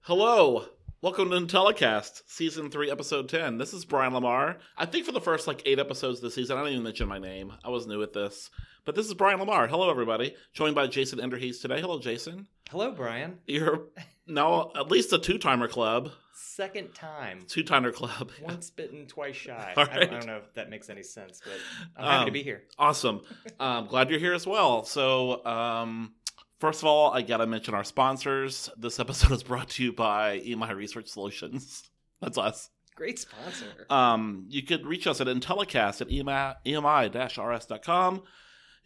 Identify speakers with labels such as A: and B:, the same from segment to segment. A: Hello. Welcome to Telecast, Season 3, Episode 10. This is Brian Lamar. I think for the first like eight episodes this season, I didn't even mention my name. I was new at this. But this is Brian Lamar. Hello, everybody. Joined by Jason Enderhees today. Hello, Jason.
B: Hello, Brian.
A: You're now at least a two timer club.
B: Second time.
A: Two timer club.
B: Once bitten, twice shy.
A: All
B: I, don't, I
A: right.
B: don't know if that makes any sense, but I'm happy
A: Um,
B: to be here.
A: Awesome. Um, glad you're here as well. So, um, first of all, I got to mention our sponsors. This episode is brought to you by EMI Research Solutions. That's us.
B: Great sponsor.
A: Um, you could reach us at Intellicast at E emi-rs.com.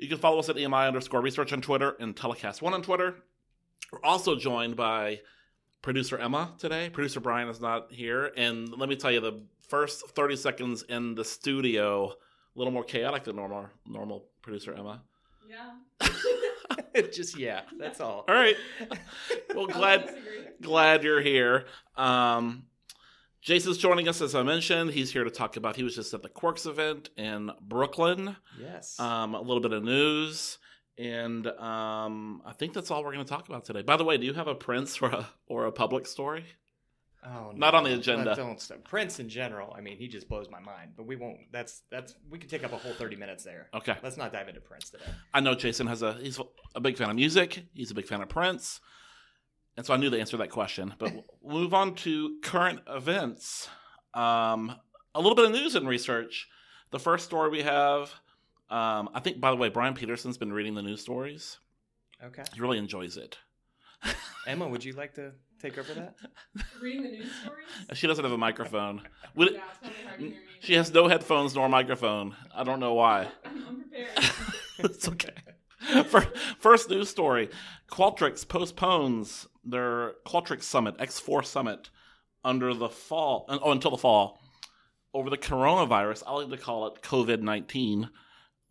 A: You can follow us at EMI underscore research on Twitter and Telecast1 on Twitter. We're also joined by producer Emma today. Producer Brian is not here. And let me tell you, the first 30 seconds in the studio, a little more chaotic than normal, normal producer Emma.
C: Yeah.
B: Just yeah, that's all.
A: uh, All right. Well, glad glad you're here. Um, Jason's joining us, as I mentioned. He's here to talk about, he was just at the Quirks event in Brooklyn.
B: yes.
A: um, a little bit of news, and um, I think that's all we're going to talk about today. By the way, do you have a Prince or a, or a public story?
B: oh,
A: not on the
B: no,
A: agenda.
B: Don't stop. Prince in general. I mean, he just blows my mind. But we won't. That's that's. We could take up a whole thirty minutes there.
A: Okay,
B: Let's not dive into Prince today.
A: I know Jason has a he's a big fan of music. He's a big fan of Prince, and so I knew the answer to that question. But we'll move on to current events. Um, a little bit of news and research. The first story we have. Um, I think, by the way, Brian Peterson's been reading the news stories.
B: Okay.
A: He really enjoys it.
B: Emma, would you like to take over that?
C: Reading the news stories?
A: She doesn't have a microphone.
C: Yeah,
A: Would,
C: it's probably hard to hear me.
A: She has no headphones nor microphone. I don't know why.
C: I'm unprepared.
A: it's okay. Fir- First news story Qualtrics postpones their Qualtrics Summit, X4 Summit, under the fall, oh, until the fall, over the coronavirus. I like to call it COVID 19,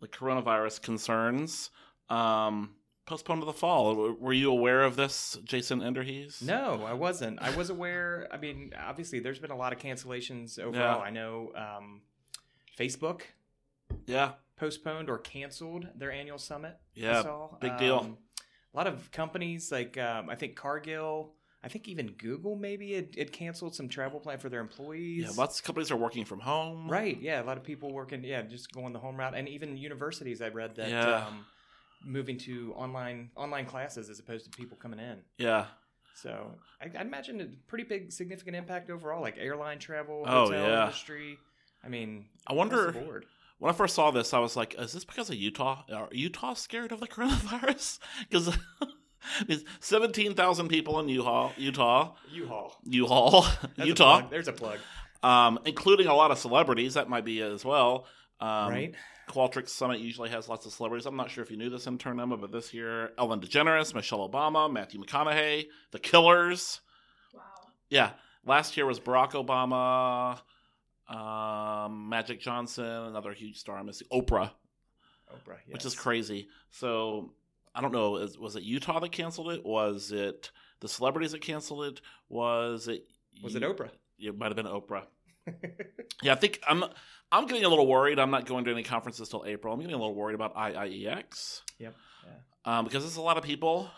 A: the coronavirus concerns. Um, postponed to the fall. W- Were you aware of this, Jason Enderhees?
B: No, I wasn't. I was aware. I mean, obviously, there's been a lot of cancellations overall.
A: Yeah.
B: I know um, Facebook
A: Yeah.
B: postponed or canceled their annual summit. I
A: Yeah.
B: saw.
A: big deal.
B: Um, A lot of companies, like um, I think Cargill, I think even Google, maybe it, it canceled some travel plan for their employees.
A: Yeah. Lots of companies are working from home.
B: right. Yeah, a lot of people working. Yeah, just going the home route, and even universities. I read that.
A: Yeah.
B: Um, moving to online online classes as opposed to people coming in
A: Yeah.
B: so I, I'd imagine a pretty big, significant impact overall, like airline travel,
A: Oh,
B: hotel
A: yeah.
B: industry. I mean,
A: I
B: across
A: wonder.
B: the board.
A: when I first saw this, I was like, "Is this because of Utah? Are Utah scared of the coronavirus?" Because seventeen thousand people in Utah, Utah,
B: U-Haul,
A: U-Haul,
B: That's a
A: Utah,
B: plug. There's a plug,
A: um, including a lot of celebrities. That might be as well. Um,
B: right?
A: Qualtrics Summit usually has lots of celebrities. I'm not sure if you knew this intern Emma, but this year, Ellen DeGeneres, Michelle Obama, Matthew McConaughey, The Killers.
C: Wow.
A: Yeah, last year was Barack Obama, um, Magic Johnson, another huge star. Miss Oprah.
B: Oprah,
A: which
B: yes.
A: is crazy. So I don't know. Is, was it Utah that canceled it? Was it the celebrities that canceled it? Was it?
B: Was it Oprah?
A: It might have been Oprah. yeah, I think I'm. I'm getting a little worried. I'm not going to any conferences till April. I'm getting a little worried about IIEX.
B: Yep,
A: Um, because it's a lot of people,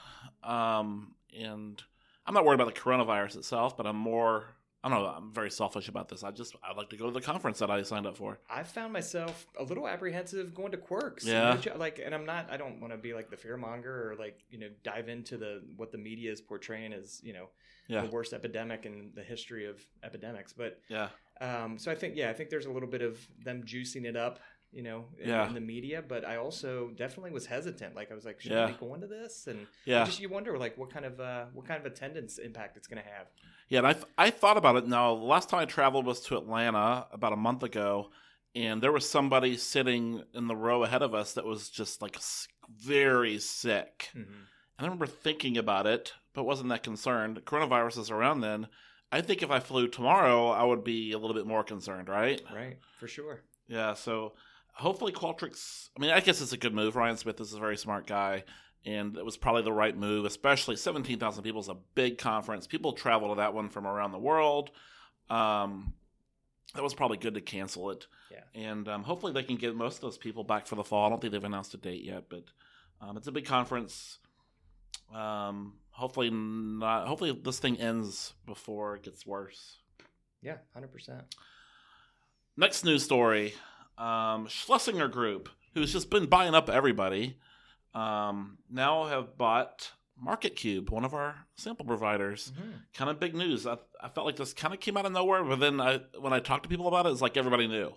A: um, and I'm not worried about the coronavirus itself, but I'm more. I don't know. I'm very selfish about this. I just I'd like to go to the conference that I signed up for.
B: I found myself a little apprehensive going to Quirks.
A: Yeah.
B: You know, Like, and I'm not. I don't want to be like the fear monger or like you know dive into the what the media is portraying as you know
A: Yeah.
B: the worst epidemic in the history of epidemics, but
A: Yeah,
B: Um, so I think, yeah, I think there's a little bit of them juicing it up, you know, in,
A: Yeah.
B: in the media. But I also definitely was hesitant. Like I was like, should
A: Yeah.
B: I be going to this? And
A: yeah.
B: just you wonder, like, what kind of uh, what kind of attendance impact it's going to have.
A: Yeah, and I, I thought about it. Now, the last time I traveled was to Atlanta about a month ago, and there was somebody sitting in the row ahead of us that was just like s- very sick. And I remember thinking about it, but wasn't that concerned. Coronavirus is around then. I think if I flew tomorrow, I would be a little bit more concerned, right?
B: Right, for sure.
A: Yeah, so hopefully Qualtrics. I mean, I guess it's a good move. Ryan Smith is a very smart guy, and it was probably the right move, especially 17,000 people is a big conference. People travel to that one from around the world. Um, that was probably good to cancel it.
B: Yeah.
A: And um, hopefully they can get most of those people back for the fall. I don't think they've announced a date yet, but um, it's a big conference. Um, Hopefully not. Hopefully this thing ends before it gets worse.
B: Yeah, hundred percent.
A: Next news story: um, Schlesinger Group, who's just been buying up everybody, um, now have bought Market Cube, one of our sample providers.
B: Mm-hmm.
A: Kind of big news. I, I felt like this kind of came out of nowhere, but then I, when I talked to people about it, it's like everybody knew.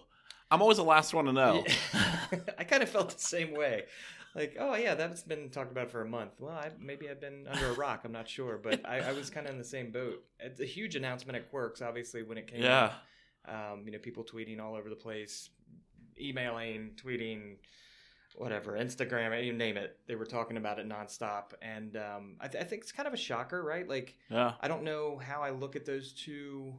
A: I'm always the last one to know.
B: I kind of felt the same way. Like, oh yeah, that's been talked about for a month. Well, I, maybe I've been under a rock. I'm not sure, but I, I was kind of in the same boat. It's a huge announcement at Quirks, obviously, when it came.
A: yeah.
B: out. Um, you know, people tweeting all over the place, emailing, tweeting, whatever, Instagram, you name it. They were talking about it nonstop, and um, I, th- I think it's kind of a shocker, right? Like,
A: Yeah.
B: I don't know how I look at those two.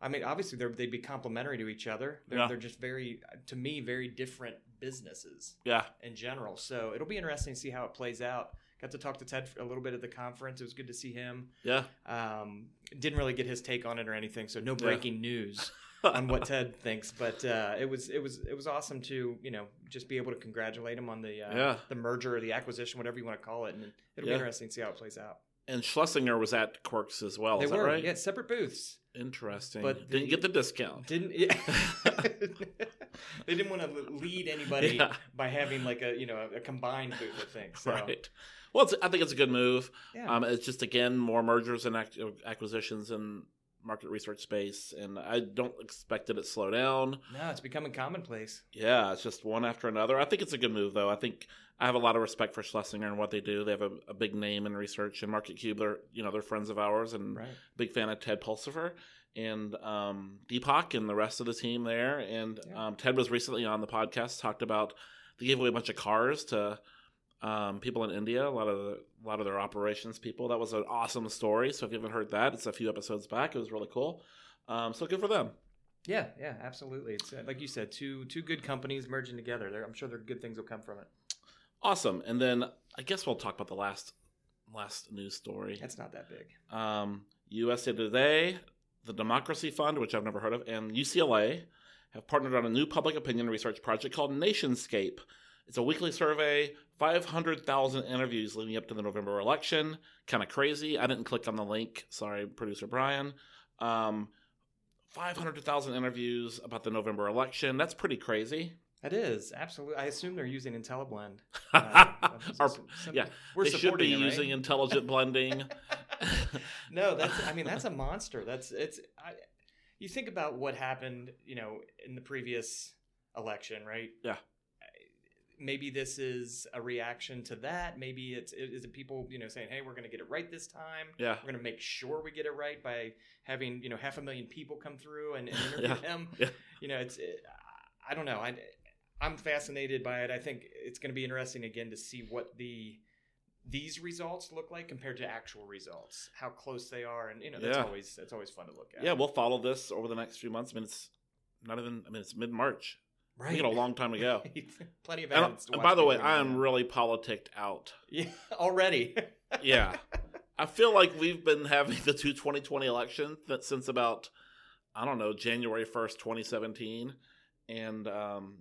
B: I mean, obviously they're, they'd be complementary to each other. They're,
A: Yeah.
B: they're just very, to me, very different businesses
A: Yeah.
B: in general. So it'll be interesting to see how it plays out. Got to talk to Ted for a little bit at the conference. It was good to see him.
A: Yeah.
B: Um, didn't really get his take on it or anything, so no
A: Yeah.
B: breaking news on what Ted thinks. But uh, it was it was it was awesome to you know just be able to congratulate him on the uh,
A: Yeah.
B: the merger or the acquisition, whatever you want to call it. And it'll
A: Yeah.
B: be interesting to see how it plays out.
A: And Schlesinger was at Quirks as well. Oh,
B: they
A: is that
B: were
A: right?
B: yeah separate booths.
A: Interesting.
B: But
A: didn't
B: the-
A: get the discount.
B: Didn't yeah. they didn't want to lead anybody
A: Yeah.
B: by having like a you know a, combined booth of things. So,
A: Right. Well, it's, I think it's a good move.
B: Yeah.
A: Um, it's just again more mergers and ac- acquisitions in market research space, and I don't expect it to slow down.
B: no, it's becoming commonplace.
A: Yeah, it's just one after another. I think it's a good move, though. I think I have a lot of respect for Schlesinger and what they do. They have a, a big name in research, and Market Cube, they're you know they're friends of ours, and
B: Right.
A: big fan of Ted Pulsifer and um, Deepak and the rest of the team there. And
B: Yeah.
A: um, Ted was recently on the podcast, talked about they gave away a bunch of cars to um, people in India, a lot of the, a lot of their operations people. That was an awesome story. So if you haven't heard that, it's a few episodes back. It was really cool. Um, so good for them.
B: Yeah, yeah, absolutely. It's uh, like you said, two two good companies merging together. There, I'm sure there good things will come from it.
A: Awesome. And then I guess we'll talk about the last last news story.
B: That's not that big.
A: um, USA Today, the Democracy Fund, which I've never heard of, and UCLA have partnered on a new public opinion research project called Nationscape. It's a weekly survey, 500,000 interviews leading up to the November election. Kind of crazy. I didn't click on the link. Sorry, producer Brian. Um, 500,000 interviews about the November election. That's pretty crazy.
B: That is absolutely. I assume they're using IntelliBlend. Uh,
A: Our- yeah,
B: we're
A: they should be
B: supporting it, right?
A: using intelligent blending.
B: no, that's. I mean, that's a monster. That's it's. I, you think about what happened, you know, in the previous election, right?
A: Yeah.
B: Maybe this is a reaction to that. Maybe it's it, is it people, you know, saying, "Hey, we're going to get it right this time.
A: yeah,
B: We're going to make sure we get it right by having you know half a million people come through and, and interview
A: Yeah.
B: them."
A: Yeah.
B: You know, it's. It, I don't know. I, I'm fascinated by it. I think it's going to be interesting again to see what the these results look like compared to actual results, how close they are, and you know that's
A: Yeah.
B: always that's always fun to look at.
A: yeah. We'll follow this over the next few months. I mean, it's not even. I mean, it's mid March.
B: right.
A: We got a long time to go.
B: Plenty of
A: And, uh,
B: evidence. to
A: and
B: watch
A: by the way,
B: people
A: I
B: around.
A: am really politicked out.
B: yeah already.
A: Yeah, I feel like we've been having the two 2020 election that since about I don't know January 1st, 2017, and um,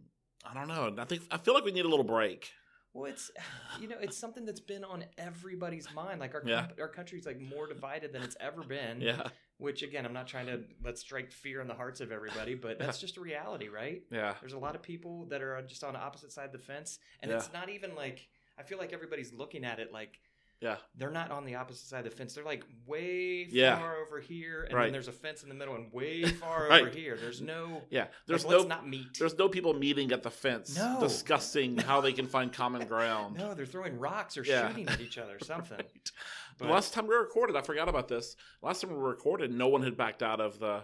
A: I don't know. I think I feel like we need a little break.
B: Well, it's you know it's something that's been on everybody's mind. Like our
A: Yeah.
B: comp- our country's like more divided than it's ever been.
A: Yeah,
B: Which again, I'm not trying to let's strike fear in the hearts of everybody, but that's just a reality, right?
A: yeah,
B: There's a lot of people that are just on the opposite side of the fence, and it's not even like I feel like everybody's looking at it like
A: yeah,
B: they're not on the opposite side of the fence. They're like way
A: Yeah.
B: far over here, and
A: Right.
B: then there's a fence in the middle, and way far over
A: Right.
B: here. There's no
A: yeah. There's
B: like, let's
A: no
B: not meet.
A: there's no people meeting at the fence
B: No.
A: discussing how they can find common ground.
B: no, they're throwing rocks or
A: Yeah.
B: shooting at each other or something.
A: The last time we recorded, I forgot about this. Last time we recorded, no one had backed out of the.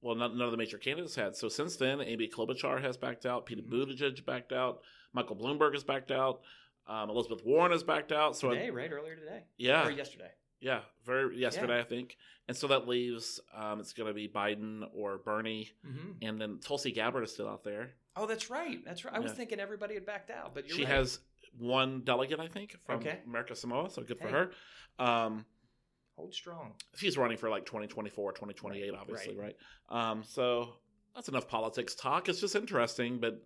A: Well, none, none of the major candidates had. So since then, Amy Klobuchar has backed out. Peter
B: Mhm.
A: Buttigieg backed out. Michael Bloomberg has backed out. Um, Elizabeth Warren has backed out. So
B: today, right? Earlier today
A: yeah,
B: or yesterday?
A: yeah, very yesterday I think. And so that leaves um, it's going to be Biden or Bernie,
B: Mm-hmm.
A: and then Tulsi Gabbard is still out there.
B: Oh, that's right. That's right. I was
A: Yeah.
B: thinking everybody had backed out, but you're
A: she
B: right.
A: has one delegate, I think, from
B: Okay.
A: America Samoa. So good for
B: Hey.
A: her. Um,
B: hold strong.
A: she's running for like 2024 2028
B: Right,
A: obviously right, um so that's enough politics talk it's just interesting but uh,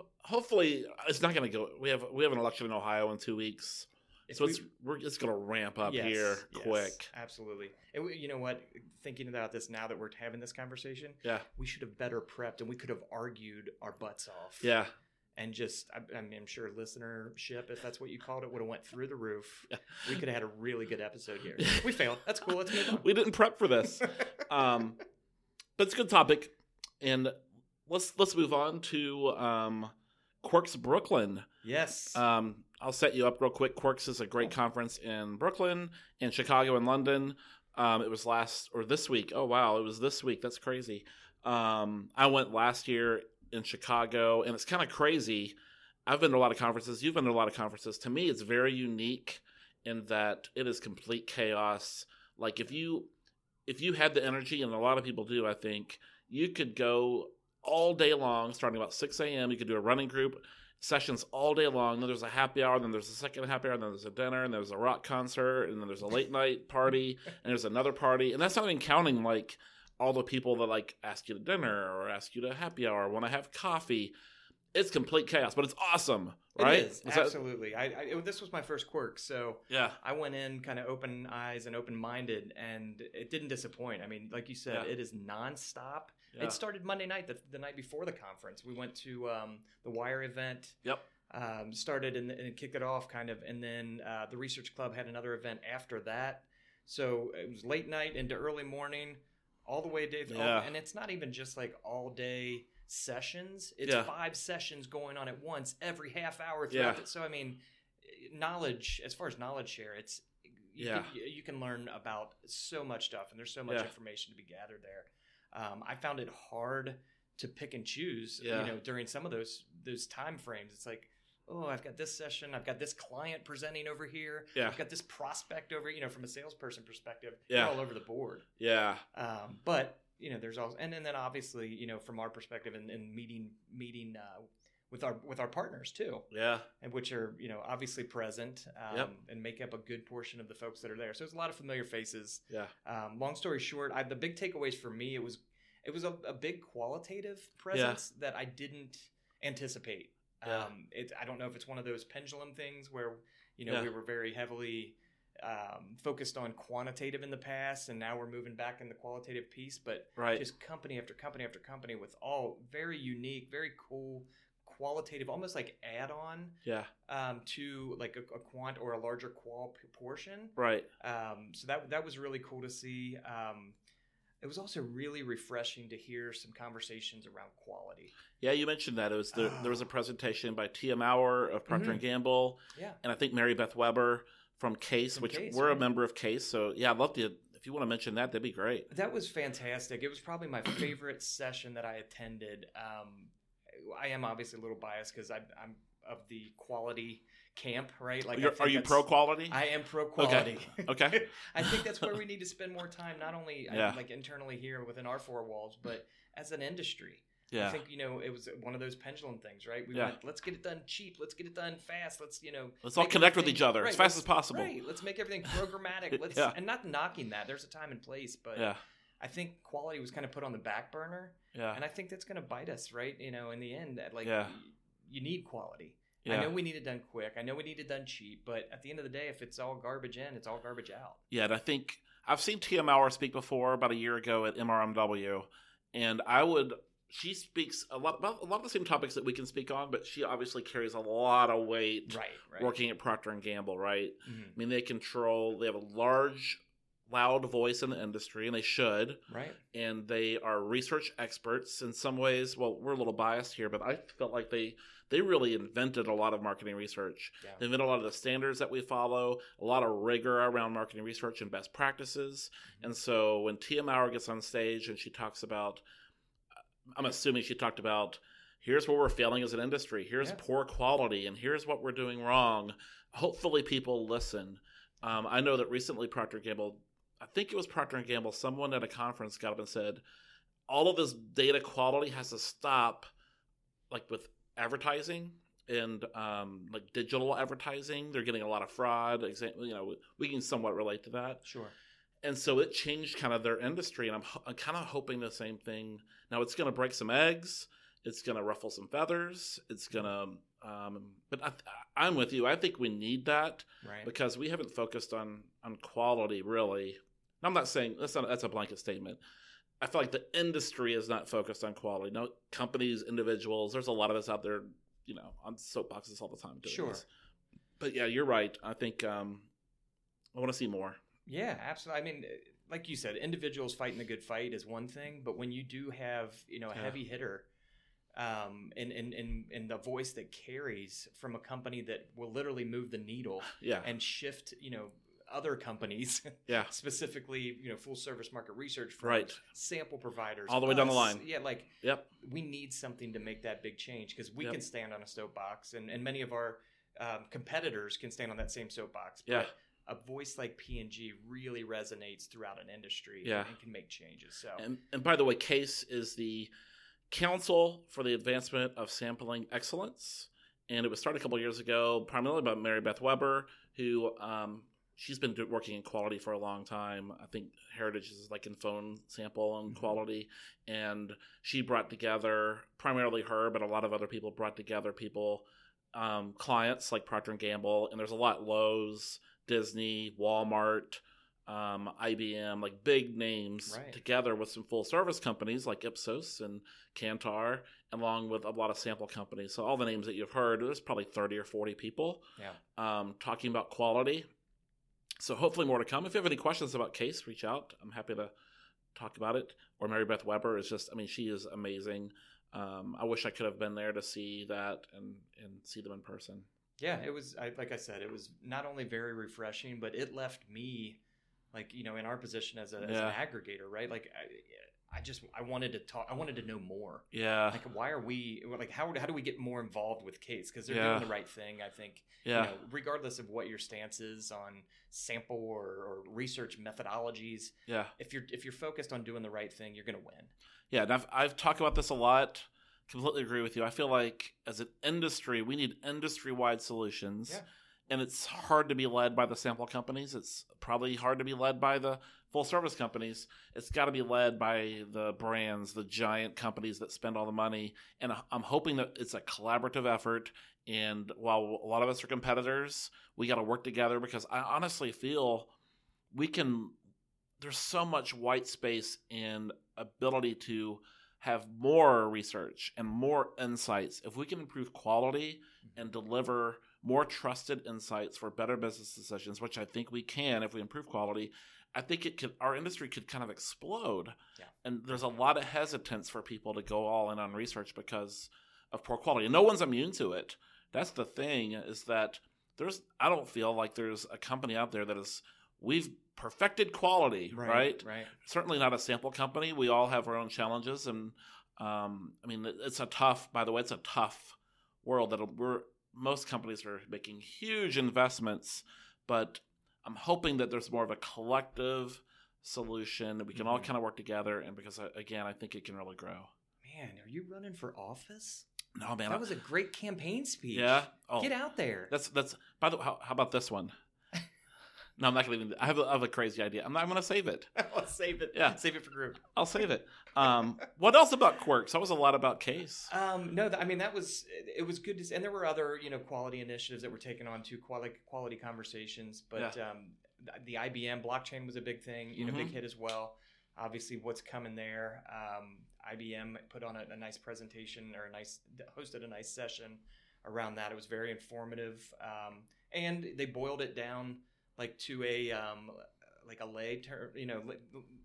A: ho- hopefully it's not going to go we have we have an election in ohio in two weeks
B: If
A: so
B: we-
A: it's we're just gonna ramp up
B: Yes,
A: here
B: yes,
A: quick.
B: Absolutely. And we, you know what? Thinking about this now that we're having this conversation,
A: Yeah,
B: we should have better prepped and we could have argued our butts off.
A: yeah.
B: And just, I, I mean, I'm sure listenership, if that's what you called it, would have went through the roof.
A: Yeah.
B: We could have had a really good episode here. We failed. That's cool. Let's move on.
A: we didn't prep for this, um, but it's a good topic, and let's let's move on to um, Quirks Brooklyn.
B: yes.
A: Um, I'll set you up real quick. Quirks is a great conference in Brooklyn, in Chicago, and London. Um, it was last or this week. Oh wow, it was this week. That's crazy. Um, I went last year in Chicago, and it's kind of crazy. I've been to a lot of conferences. You've been to a lot of conferences. To me, it's very unique in that it is complete chaos. Like if you if you had the energy, and a lot of people do, I think you could go all day long, starting about six a.m. You could do a running group sessions all day long. Then there's a happy hour, then there's a second happy hour, then there's a dinner, and there's a rock concert, and then there's a late night party, and there's another party. And that's not even counting like all the people that like ask you to dinner or ask you to happy hour, want to have coffee. It's complete chaos, but it's awesome, right?
B: It is.
A: Was that-
B: absolutely. I, I, it- this was my first quirk. So
A: yeah,
B: I went in kind of open eyes and open minded, and it didn't disappoint. I mean, like you said,
A: Yeah.
B: it is nonstop.
A: yeah.
B: It started Monday night, the, the night before the conference. We went to um, the Wire event.
A: Yep.
B: Um, started and, and kicked it off, kind of. And then uh, the Research Club had another event after that. So it was late night into early morning, all the way day. all-
A: Yeah.
B: and it's not even just like all day sessions, it's
A: Yeah.
B: five sessions going on at once every half hour throughout.
A: Yeah.
B: it. So, I mean, knowledge, as far as knowledge share, it's. You
A: Yeah.
B: can, you can learn about so much stuff, and there's so much
A: Yeah.
B: information to be gathered there um, I found it hard to pick and choose.
A: Yeah.
B: You know, during some of those those time frames, it's like, oh, I've got this session, I've got this client presenting over here,
A: Yeah.
B: I've got this prospect over. You know, from a salesperson perspective,
A: Yeah.
B: you're all over the board.
A: yeah,
B: Um, but you know, there's also, and, and then obviously, you know, from our perspective, and, and meeting meeting uh, with our with our partners too
A: yeah,
B: and which are you know obviously present um,
A: Yep.
B: and make up a good portion of the folks that are there. So it's a lot of familiar faces.
A: Yeah.
B: Um, long story short, I, the big takeaways for me it was it was a, a big qualitative presence that I didn't anticipate.
A: Yeah.
B: Um, it, I don't know if it's one of those pendulum things where you know
A: Yeah.
B: we were very heavily um, focused on quantitative in the past, and now we're moving back in the qualitative piece, but
A: right.
B: just company after company after company with all very unique, very cool, qualitative, almost like add-on
A: yeah,
B: um, to like a, a quant or a larger qual p- portion.
A: right.
B: Um, so that that was really cool to see. Um, it was also really refreshing to hear some conversations around quality.
A: Yeah, you mentioned that it was the, there was a presentation by T.M. Auer of Procter
B: Mm-hmm.
A: and Gamble,
B: Yeah.
A: and I think Mary Beth Weber from Case,
B: From
A: which
B: Case,
A: we're a
B: right.
A: member of Case. So yeah, I'd love to if you want to mention that, that'd be great.
B: That was fantastic. It was probably my favorite session that I attended. Um, I am obviously a little biased because I'm of the quality camp, right? Like, I
A: You're-
B: think
A: are you
B: that's-
A: pro quality?
B: I am pro quality.
A: Okay.
B: I think that's where we need to spend more time, not only I-
A: Yeah.
B: like internally here within our four walls, but as an industry. I
A: yeah,
B: think you know it was one of those pendulum things, right? We
A: Yeah.
B: went, let's get it done cheap, let's get it done fast, let's you know,
A: let's all
B: make
A: connect with
B: everything-
A: each other as
B: right,
A: fast
B: let's-
A: as possible.
B: Right, let's make everything programmatic. Let's
A: Yeah.
B: and not knocking that. There's a time and place, but
A: Yeah,
B: I think quality was kind of put on the back burner,
A: yeah,
B: and I think that's going to bite us, right? You know, in the end, that like
A: Yeah.
B: y- you need quality.
A: yeah,
B: I know we need it done quick. I know we need it done cheap, but at the end of the day, if it's all garbage in, it's all garbage out.
A: yeah. And I think I've seen T.M. Auer speak before about a year ago at MRMW, and I would. She speaks a lot about a lot of the same topics that we can speak on, but she obviously carries a lot of weight
B: Right, right.
A: working at Procter and Gamble, right?
B: Mhm.
A: I mean, they control, they have a large, loud voice in the industry, and they should.
B: Right.
A: And they are research experts in some ways. Well, we're a little biased here, but I felt like they they really invented a lot of marketing research.
B: Yeah.
A: They invented a lot of the standards that we follow, a lot of rigor around marketing research and best practices. Mm-hmm. And so when Tia Maurer gets on stage and she talks about, I'm assuming she talked about, here's where we're failing as an industry, here's
B: Yeah.
A: poor quality, and here's what we're doing wrong. Hopefully, people listen. Um, I know that recently Procter Gamble, I think it was Procter and Gamble, someone at a conference got up and said, all of this data quality has to stop, like with advertising and um, like digital advertising. They're getting a lot of fraud. Example, you know, we can somewhat relate to that
B: Sure.
A: and so it changed kind of their industry and i'm, ho- I'm kind of hoping the same thing now it's going to break some eggs It's going to ruffle some feathers. It's going to, um, but I, I'm with you. I think we need that
B: right?
A: because we haven't focused on on quality really. And I'm not saying that's not that's a blanket statement. I feel like the industry is not focused on quality. No companies, individuals. There's a lot of us out there, you know, on soapboxes all the time. Doing
B: Sure.
A: This. But yeah, you're right. I think um, I want to see more.
B: Yeah, absolutely. I mean, eh, like you said, individuals fighting the good fight is one thing, but when you do have you know a
A: Yeah.
B: heavy hitter, um, and and and and the voice that carries from a company that will literally move the needle
A: Yeah.
B: and shift, you know, other companies
A: yeah.
B: specifically, you know, full service market research firms,
A: Right.
B: sample providers,
A: All the way down the
B: us.
A: line.
B: Yeah, like
A: Yep.
B: we need something to make that big change because we
A: Yep.
B: can stand on a soapbox, and and many of our um, competitors can stand on that same soapbox.
A: Yeah.
B: a voice like P&G really resonates throughout an industry
A: Yeah.
B: and can make changes. So
A: And and by the way, CASE is the Council for the Advancement of Sampling Excellence, and it was started a couple years ago, primarily by Mary Beth Weber, who um, she's been do- working in quality for a long time. I think Heritage is like in phone sample and
B: Mhm.
A: quality, and she brought together primarily her, but a lot of other people brought together people, um, clients like Procter and Gamble, and there's a lot Lowe's, Disney, Walmart. Um, IBM, like big names
B: Right.
A: together with some full service companies like Ipsos and Kantar, along with a lot of sample companies. So all the names that you've heard, there's probably 30 or 40 people
B: Yeah.
A: um, talking about quality. So hopefully more to come. If you have any questions about Case, reach out. I'm happy to talk about it. Or Mary Beth Weber is just, I mean, she is amazing. Um, I wish I could have been there to see that and, and see them in person.
B: yeah, it was I, like I said, it was not only very refreshing, but it left me like you know in our position as, a, as an
A: Yeah.
B: aggregator, right? Like I, I just I wanted to talk, I wanted to know more.
A: Yeah.
B: Like why are we like how how do we get more involved with Case because they're
A: Yeah.
B: doing the right thing, I think.
A: yeah.
B: you know, regardless of what your stance is on sample or, or research methodologies,
A: yeah.
B: if you're if you're focused on doing the right thing, you're going to win.
A: Yeah, and I've, I've talked about this a lot. Completely agree with you. I feel like as an industry, we need industry wide solutions.
B: Yeah.
A: And it's hard to be led by the sample companies. It's probably hard to be led by the full service companies. It's got to be led by the brands, the giant companies that spend all the money. And I- I'm hoping that it's a collaborative effort. And while a lot of us are competitors, we got to work together because I honestly feel we can there's so much white space and ability to have more research and more insights if we can improve quality and deliver more trusted insights for better business decisions which i think we can if we improve quality i think it could our industry could kind of explode
B: Yeah.
A: and there's a lot of hesitance for people to go all in on research because of poor quality and no one's immune to it that's the thing is that there's i don't feel like there's a company out there that is we've perfected quality right?
B: Right.
A: certainly not a sample company. We all have our own challenges, and um, I mean, it- it's a tough. By the way, it's a tough world that we're most companies are making huge investments, but I'm hoping that there's more of a collective solution that we can all
B: Mhm.
A: kind of work together. And because I- again, I think it can really grow.
B: Man, are you running for office?
A: No man, I-
B: That was a great campaign speech.
A: yeah. Oh,
B: Get out there.
A: that's that's. By the way, how, how about this one? No, I'm not gonna even. I have a, I have a crazy idea. I'm not. I'm gonna save it.
B: I'll save it.
A: Yeah.
B: Save it for group.
A: I'll save it. Um, what else about quirks? That was a lot about case.
B: Um, no, th- I mean that was it was good to s- and there were other, you know, quality initiatives that were taken on too, quality quality conversations, but um th- the IBM blockchain was a big thing, you know, big
A: Mhm.
B: hit as well. Obviously what's coming there. Um, IBM put on a, a nice presentation or a nice hosted a nice session around that. It was very informative. Um, and they boiled it down like to a um, like a lay term, you know, li-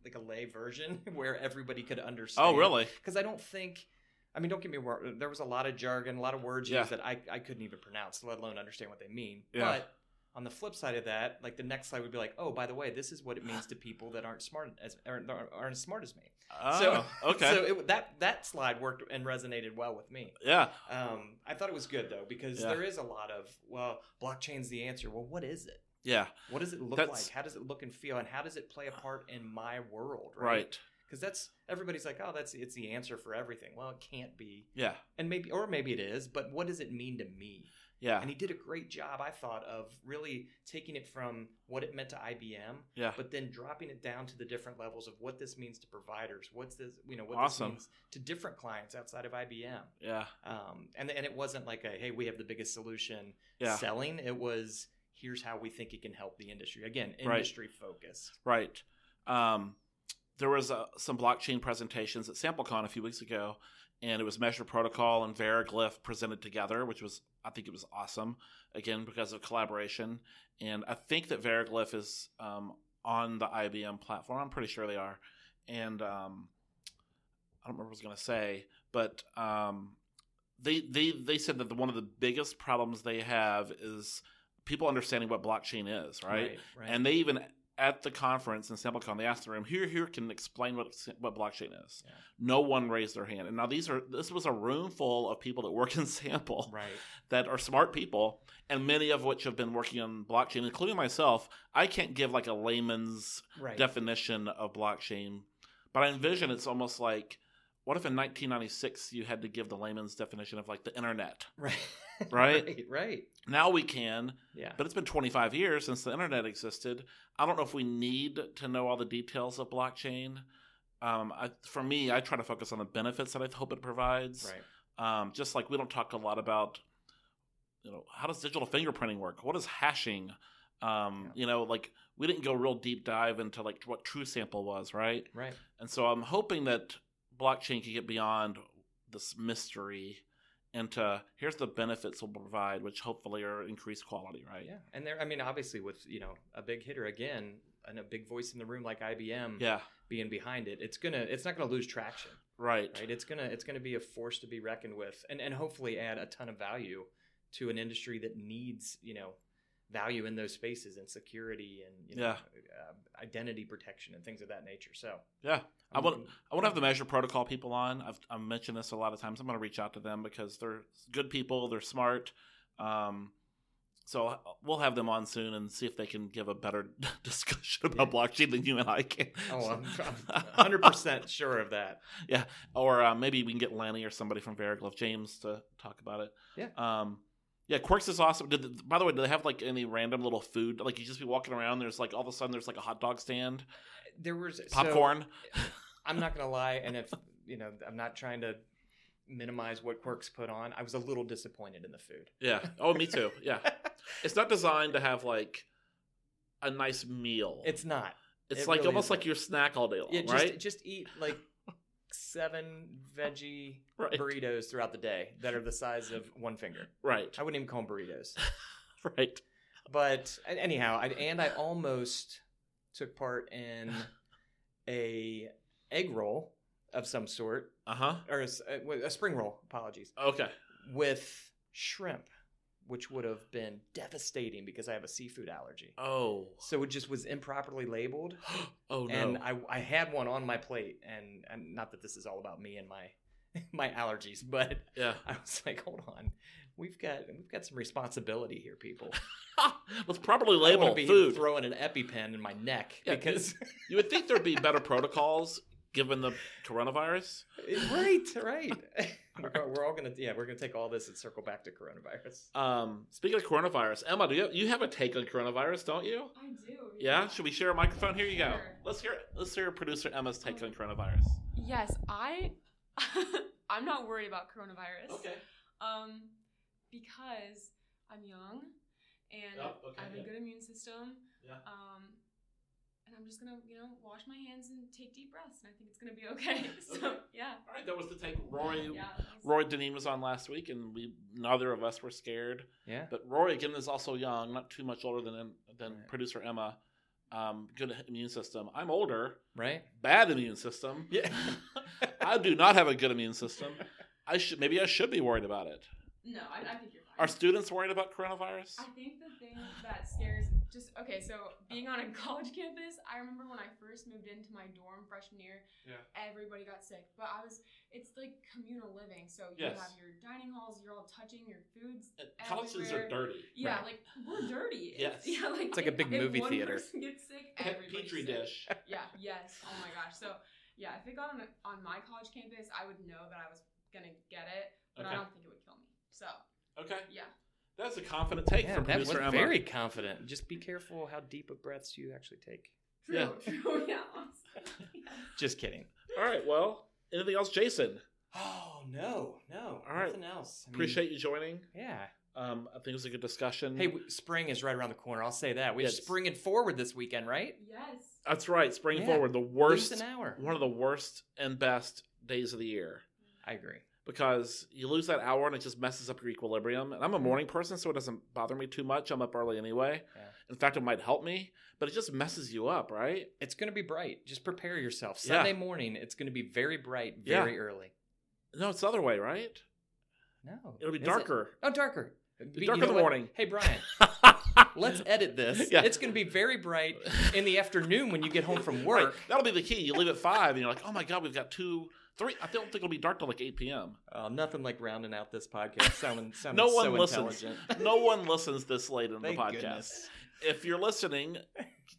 B: like a lay version where everybody could understand.
A: Oh, really?
B: Because I don't think, I mean, don't get me wrong. There was a lot of jargon, a lot of words
A: Yeah.
B: used that I I couldn't even pronounce, let alone understand what they mean.
A: Yeah.
B: But on the flip side of that, like the next slide would be like, oh, by the way, this is what it means to people that aren't smart as aren't, aren't as smart as me.
A: Oh, okay.
B: So it, that that slide worked and resonated well with me.
A: yeah.
B: Um, I thought it was good though because
A: Oh. Yeah.
B: there is a lot of well, blockchain's the answer. Well, what is it?
A: Yeah.
B: What does it look
A: That's-
B: like? How does it look and feel? And how does it play a part in my world? Right.
A: Right.
B: Because that's everybody's like, oh, that's it's the answer for everything. Well, it can't be,
A: Yeah.
B: and maybe or maybe it is. But what does it mean to me?
A: Yeah.
B: And he did a great job, I thought, of really taking it from what it meant to IBM,
A: Yeah.
B: but then dropping it down to the different levels of what this means to providers. What's this, you know, what
A: Awesome.
B: this means to different clients outside of IBM.
A: Yeah.
B: Um, and and it wasn't like a hey, we have the biggest solution
A: Yeah.
B: selling. It was here's how we think it can help the industry. Again,
A: Right.
B: industry focused.
A: Right. Um, there was uh, some blockchain presentations at SampleCon a few weeks ago, and it was Measure Protocol and Veriglyph presented together, which was I think it was awesome. Again, because of collaboration, and I think that Veriglyph is um, on the IBM platform. I'm pretty sure they are, and um, I don't remember what I was going to say, but um, they they they said that the, one of the biggest problems they have is people understanding what blockchain is, right?
B: right.
A: And they even at the conference in SampleCon, they asked the room, "Who here can explain what what blockchain is?"
B: Yeah.
A: No one raised their hand. And now these are this was a room full of people that work in Sample
B: right.
A: that are smart people, and many of which have been working on blockchain, including myself. I can't give like a layman's
B: Right.
A: definition of blockchain, but I envision it's almost like. What if in 1996 you had to give the layman's definition of like the internet?
B: right.
A: Right?
B: right. Right.
A: Now we can,
B: Yeah.
A: but it's been 25 years since the internet existed. I don't know if we need to know all the details of blockchain. Um, I, for me, I try to focus on the benefits that I hope it provides.
B: right.
A: Um, just like we don't talk a lot about, you know, how does digital fingerprinting work? What is hashing? Um,
B: Yeah.
A: You know, like we didn't go real deep dive into like what true sample was, right?
B: Right.
A: And so I'm hoping that blockchain can get beyond this mystery into here's the benefits we'll provide, which hopefully are increased quality, right?
B: Yeah. And there, I mean, obviously, with you know a big hitter again and a big voice in the room like IBM
A: Yeah,
B: being behind it, it's gonna it's not gonna lose traction.
A: right.
B: right it's gonna it's gonna be a force to be reckoned with and and hopefully add a ton of value to an industry that needs you know value in those spaces and security and you know uh, identity protection and things of that nature so
A: Yeah. I
B: I'm
A: want
B: looking-
A: I want to have the Measure Protocol people on. I've, I've mentioned this a lot of times. I'm going to reach out to them because they're good people, they're smart. Um, so we'll have them on soon and see if they can give a better discussion about
B: Yeah.
A: blockchain than you and I can.
B: oh i'm, I'm 100% sure of that
A: or uh, maybe we can get Lanny or somebody from Veriglyph James to talk about it.
B: Yeah.
A: Um, yeah, Quirks is awesome. Did the, by the way, do they have like any random little food? Like you just be walking around, there's like all of a sudden there's like a hot dog stand,
B: there was so-
A: popcorn.
B: i'm not gonna lie and if you know i'm not trying to minimize what quirks put on i was a little disappointed in the food
A: yeah. Oh, me too. Yeah. It's not designed to have like a nice meal.
B: it's not
A: it's
B: it
A: like
B: really
A: almost
B: isn't.
A: like your snack all day long,
B: yeah, just,
A: right?
B: just eat like seven veggie
A: Right.
B: burritos throughout the day that are the size of one finger.
A: Right.
B: I wouldn't even call them burritos.
A: Right.
B: But a- anyhow, I, and I almost took part in a egg roll of some sort,
A: Uh huh.
B: or a, s- a- wait, a spring roll, apologies,
A: Okay.
B: with shrimp, which would have been devastating because I have a seafood allergy.
A: Oh.
B: So it just was improperly labeled.
A: Oh no.
B: and I, I had one on my plate and, and not that this is all about me and my my allergies but
A: yeah.
B: i was like hold on we've got we've got some responsibility here people
A: Let's properly
B: I don't wanna
A: label
B: be
A: food.
B: throwing an epipen in my neck
A: Yeah.
B: because
A: You would think there'd be better protocols given the coronavirus.
B: right right we're, all- we're all gonna yeah we're gonna take all this and circle back to coronavirus
A: Um, speaking of coronavirus, Emma, do you have, you have a take on coronavirus, don't you?
C: I do.
A: Yeah. Should we share a microphone? Here you go.
C: Sure.
A: Let's hear. Let's hear producer Emma's take on coronavirus.
C: Yes, I. I'm not worried about coronavirus. Um, because I'm young, and
A: Yep, okay,
C: I have
A: yeah.
C: a good immune system.
A: Yeah.
C: Um, and I'm just gonna, you know, wash my hands and take deep breaths, and I think it's gonna be okay. So
A: Okay.
C: yeah.
A: All right. That was the take Rory.
C: Yeah. thanks.
A: Roy Deneen was on last week, and we neither of us were scared.
B: yeah
A: But Rory again is also young, not too much older than than
B: Right.
A: producer Emma. Um, good immune system. I'm older,
B: right
A: bad immune system.
B: yeah
A: I do not have a good immune system. I should maybe I should be worried about it.
C: No, I, I think you're fine.
A: Are students worried about coronavirus?
C: I think the thing that scares just okay, so being on a college campus, I remember when I first moved into my dorm freshman year,
A: Yeah.
C: everybody got sick. But I was it's like communal living. So you
A: Yes.
C: have your dining halls, you're all touching your foods.
A: Uh, Colleges are
C: Everywhere.
A: dirty.
C: Yeah,
B: Right.
C: like we're dirty.
A: Yes.
C: It's- Yeah, like
B: It's like a big
C: if
B: movie
C: one
B: theater.
C: person gets sick,
A: Pe-
C: everybody's
A: Petri
C: sick.
A: dish.
C: Yeah, yes. Oh my gosh. So yeah, if it got on on my college campus, I would know that I was gonna get it, but
A: Okay.
C: I don't think it would kill me. So
A: Okay.
C: yeah.
A: That's a confident take
B: Yeah,
A: from
B: that was
A: producer Emma.
B: very confident. Just be careful how deep of breaths you actually take.
C: True,
A: Yeah.
C: true, yeah. honestly. Yeah.
B: Just kidding.
A: All right. Well, anything else, Jason?
B: Oh no, no,
A: All right.
B: nothing else. I mean,
A: Appreciate you joining.
B: Yeah.
A: Um, I think it was a good discussion.
B: Hey, w- spring is right around the corner. I'll say that. We're
A: Yes.
B: springing forward this weekend, right?
C: Yes.
A: that's right. Spring
B: Yeah.
A: forward, the worst,
B: Lose an hour.
A: one of the worst and best days of the year
B: I agree.
A: because you lose that hour and it just messes up your equilibrium. And I'm
B: Mm.
A: a morning person, so it doesn't bother me too much. I'm up early anyway.
B: Yeah.
A: In fact, it might help me, but it just messes you up, right?
B: It's going to be bright. Just prepare yourself.
A: Yeah.
B: Sunday morning, it's going to be very bright,
A: Yeah.
B: very early.
A: No, it's the other way, right?
B: No,
A: It'll be
B: is it?
A: darker.
B: Oh, darker. But
A: darker
B: know
A: the
B: what?
A: morning.
B: Hey, Brian, let's edit this.
A: Yeah.
B: It's going to be very bright in the afternoon when you get home from work.
A: Right, That'll be the key. You leave at five, and you're like, "Oh my god, we've got two, three. I don't think it'll be dark till like eight p.m.
B: Oh, nothing like rounding out this podcast. Sounding, sounding
A: No one
B: so
A: listens.
B: intelligent.
A: No one listens this late in the
B: Thank
A: podcast.
B: goodness.
A: If you're listening,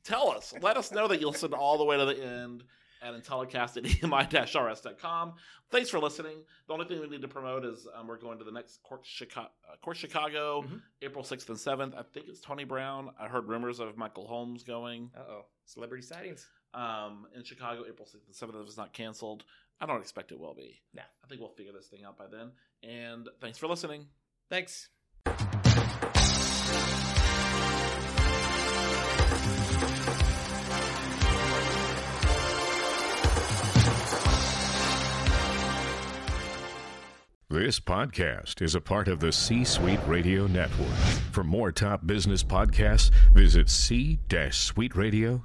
A: tell us. Let us know that you listened all the way to the end at Intellicast at E emi-rs.com. Thanks for listening. The only thing we need to promote is um, we're going to the next Cork Chicago, uh, Cork Chicago
B: Mhm.
A: April 6th and 7th. I think it's Tony Brown. I heard rumors of Michael Holmes going.
B: Uh oh, celebrity sightings.
A: um, in Chicago, April 6th and 7th. If it's not canceled, I don't expect it will be.
B: No.
A: I think we'll figure this thing out by then. And thanks for listening.
B: Thanks.
D: This podcast is a part of the C Suite Radio Network. For more top business podcasts, visit c-suiteradio.com.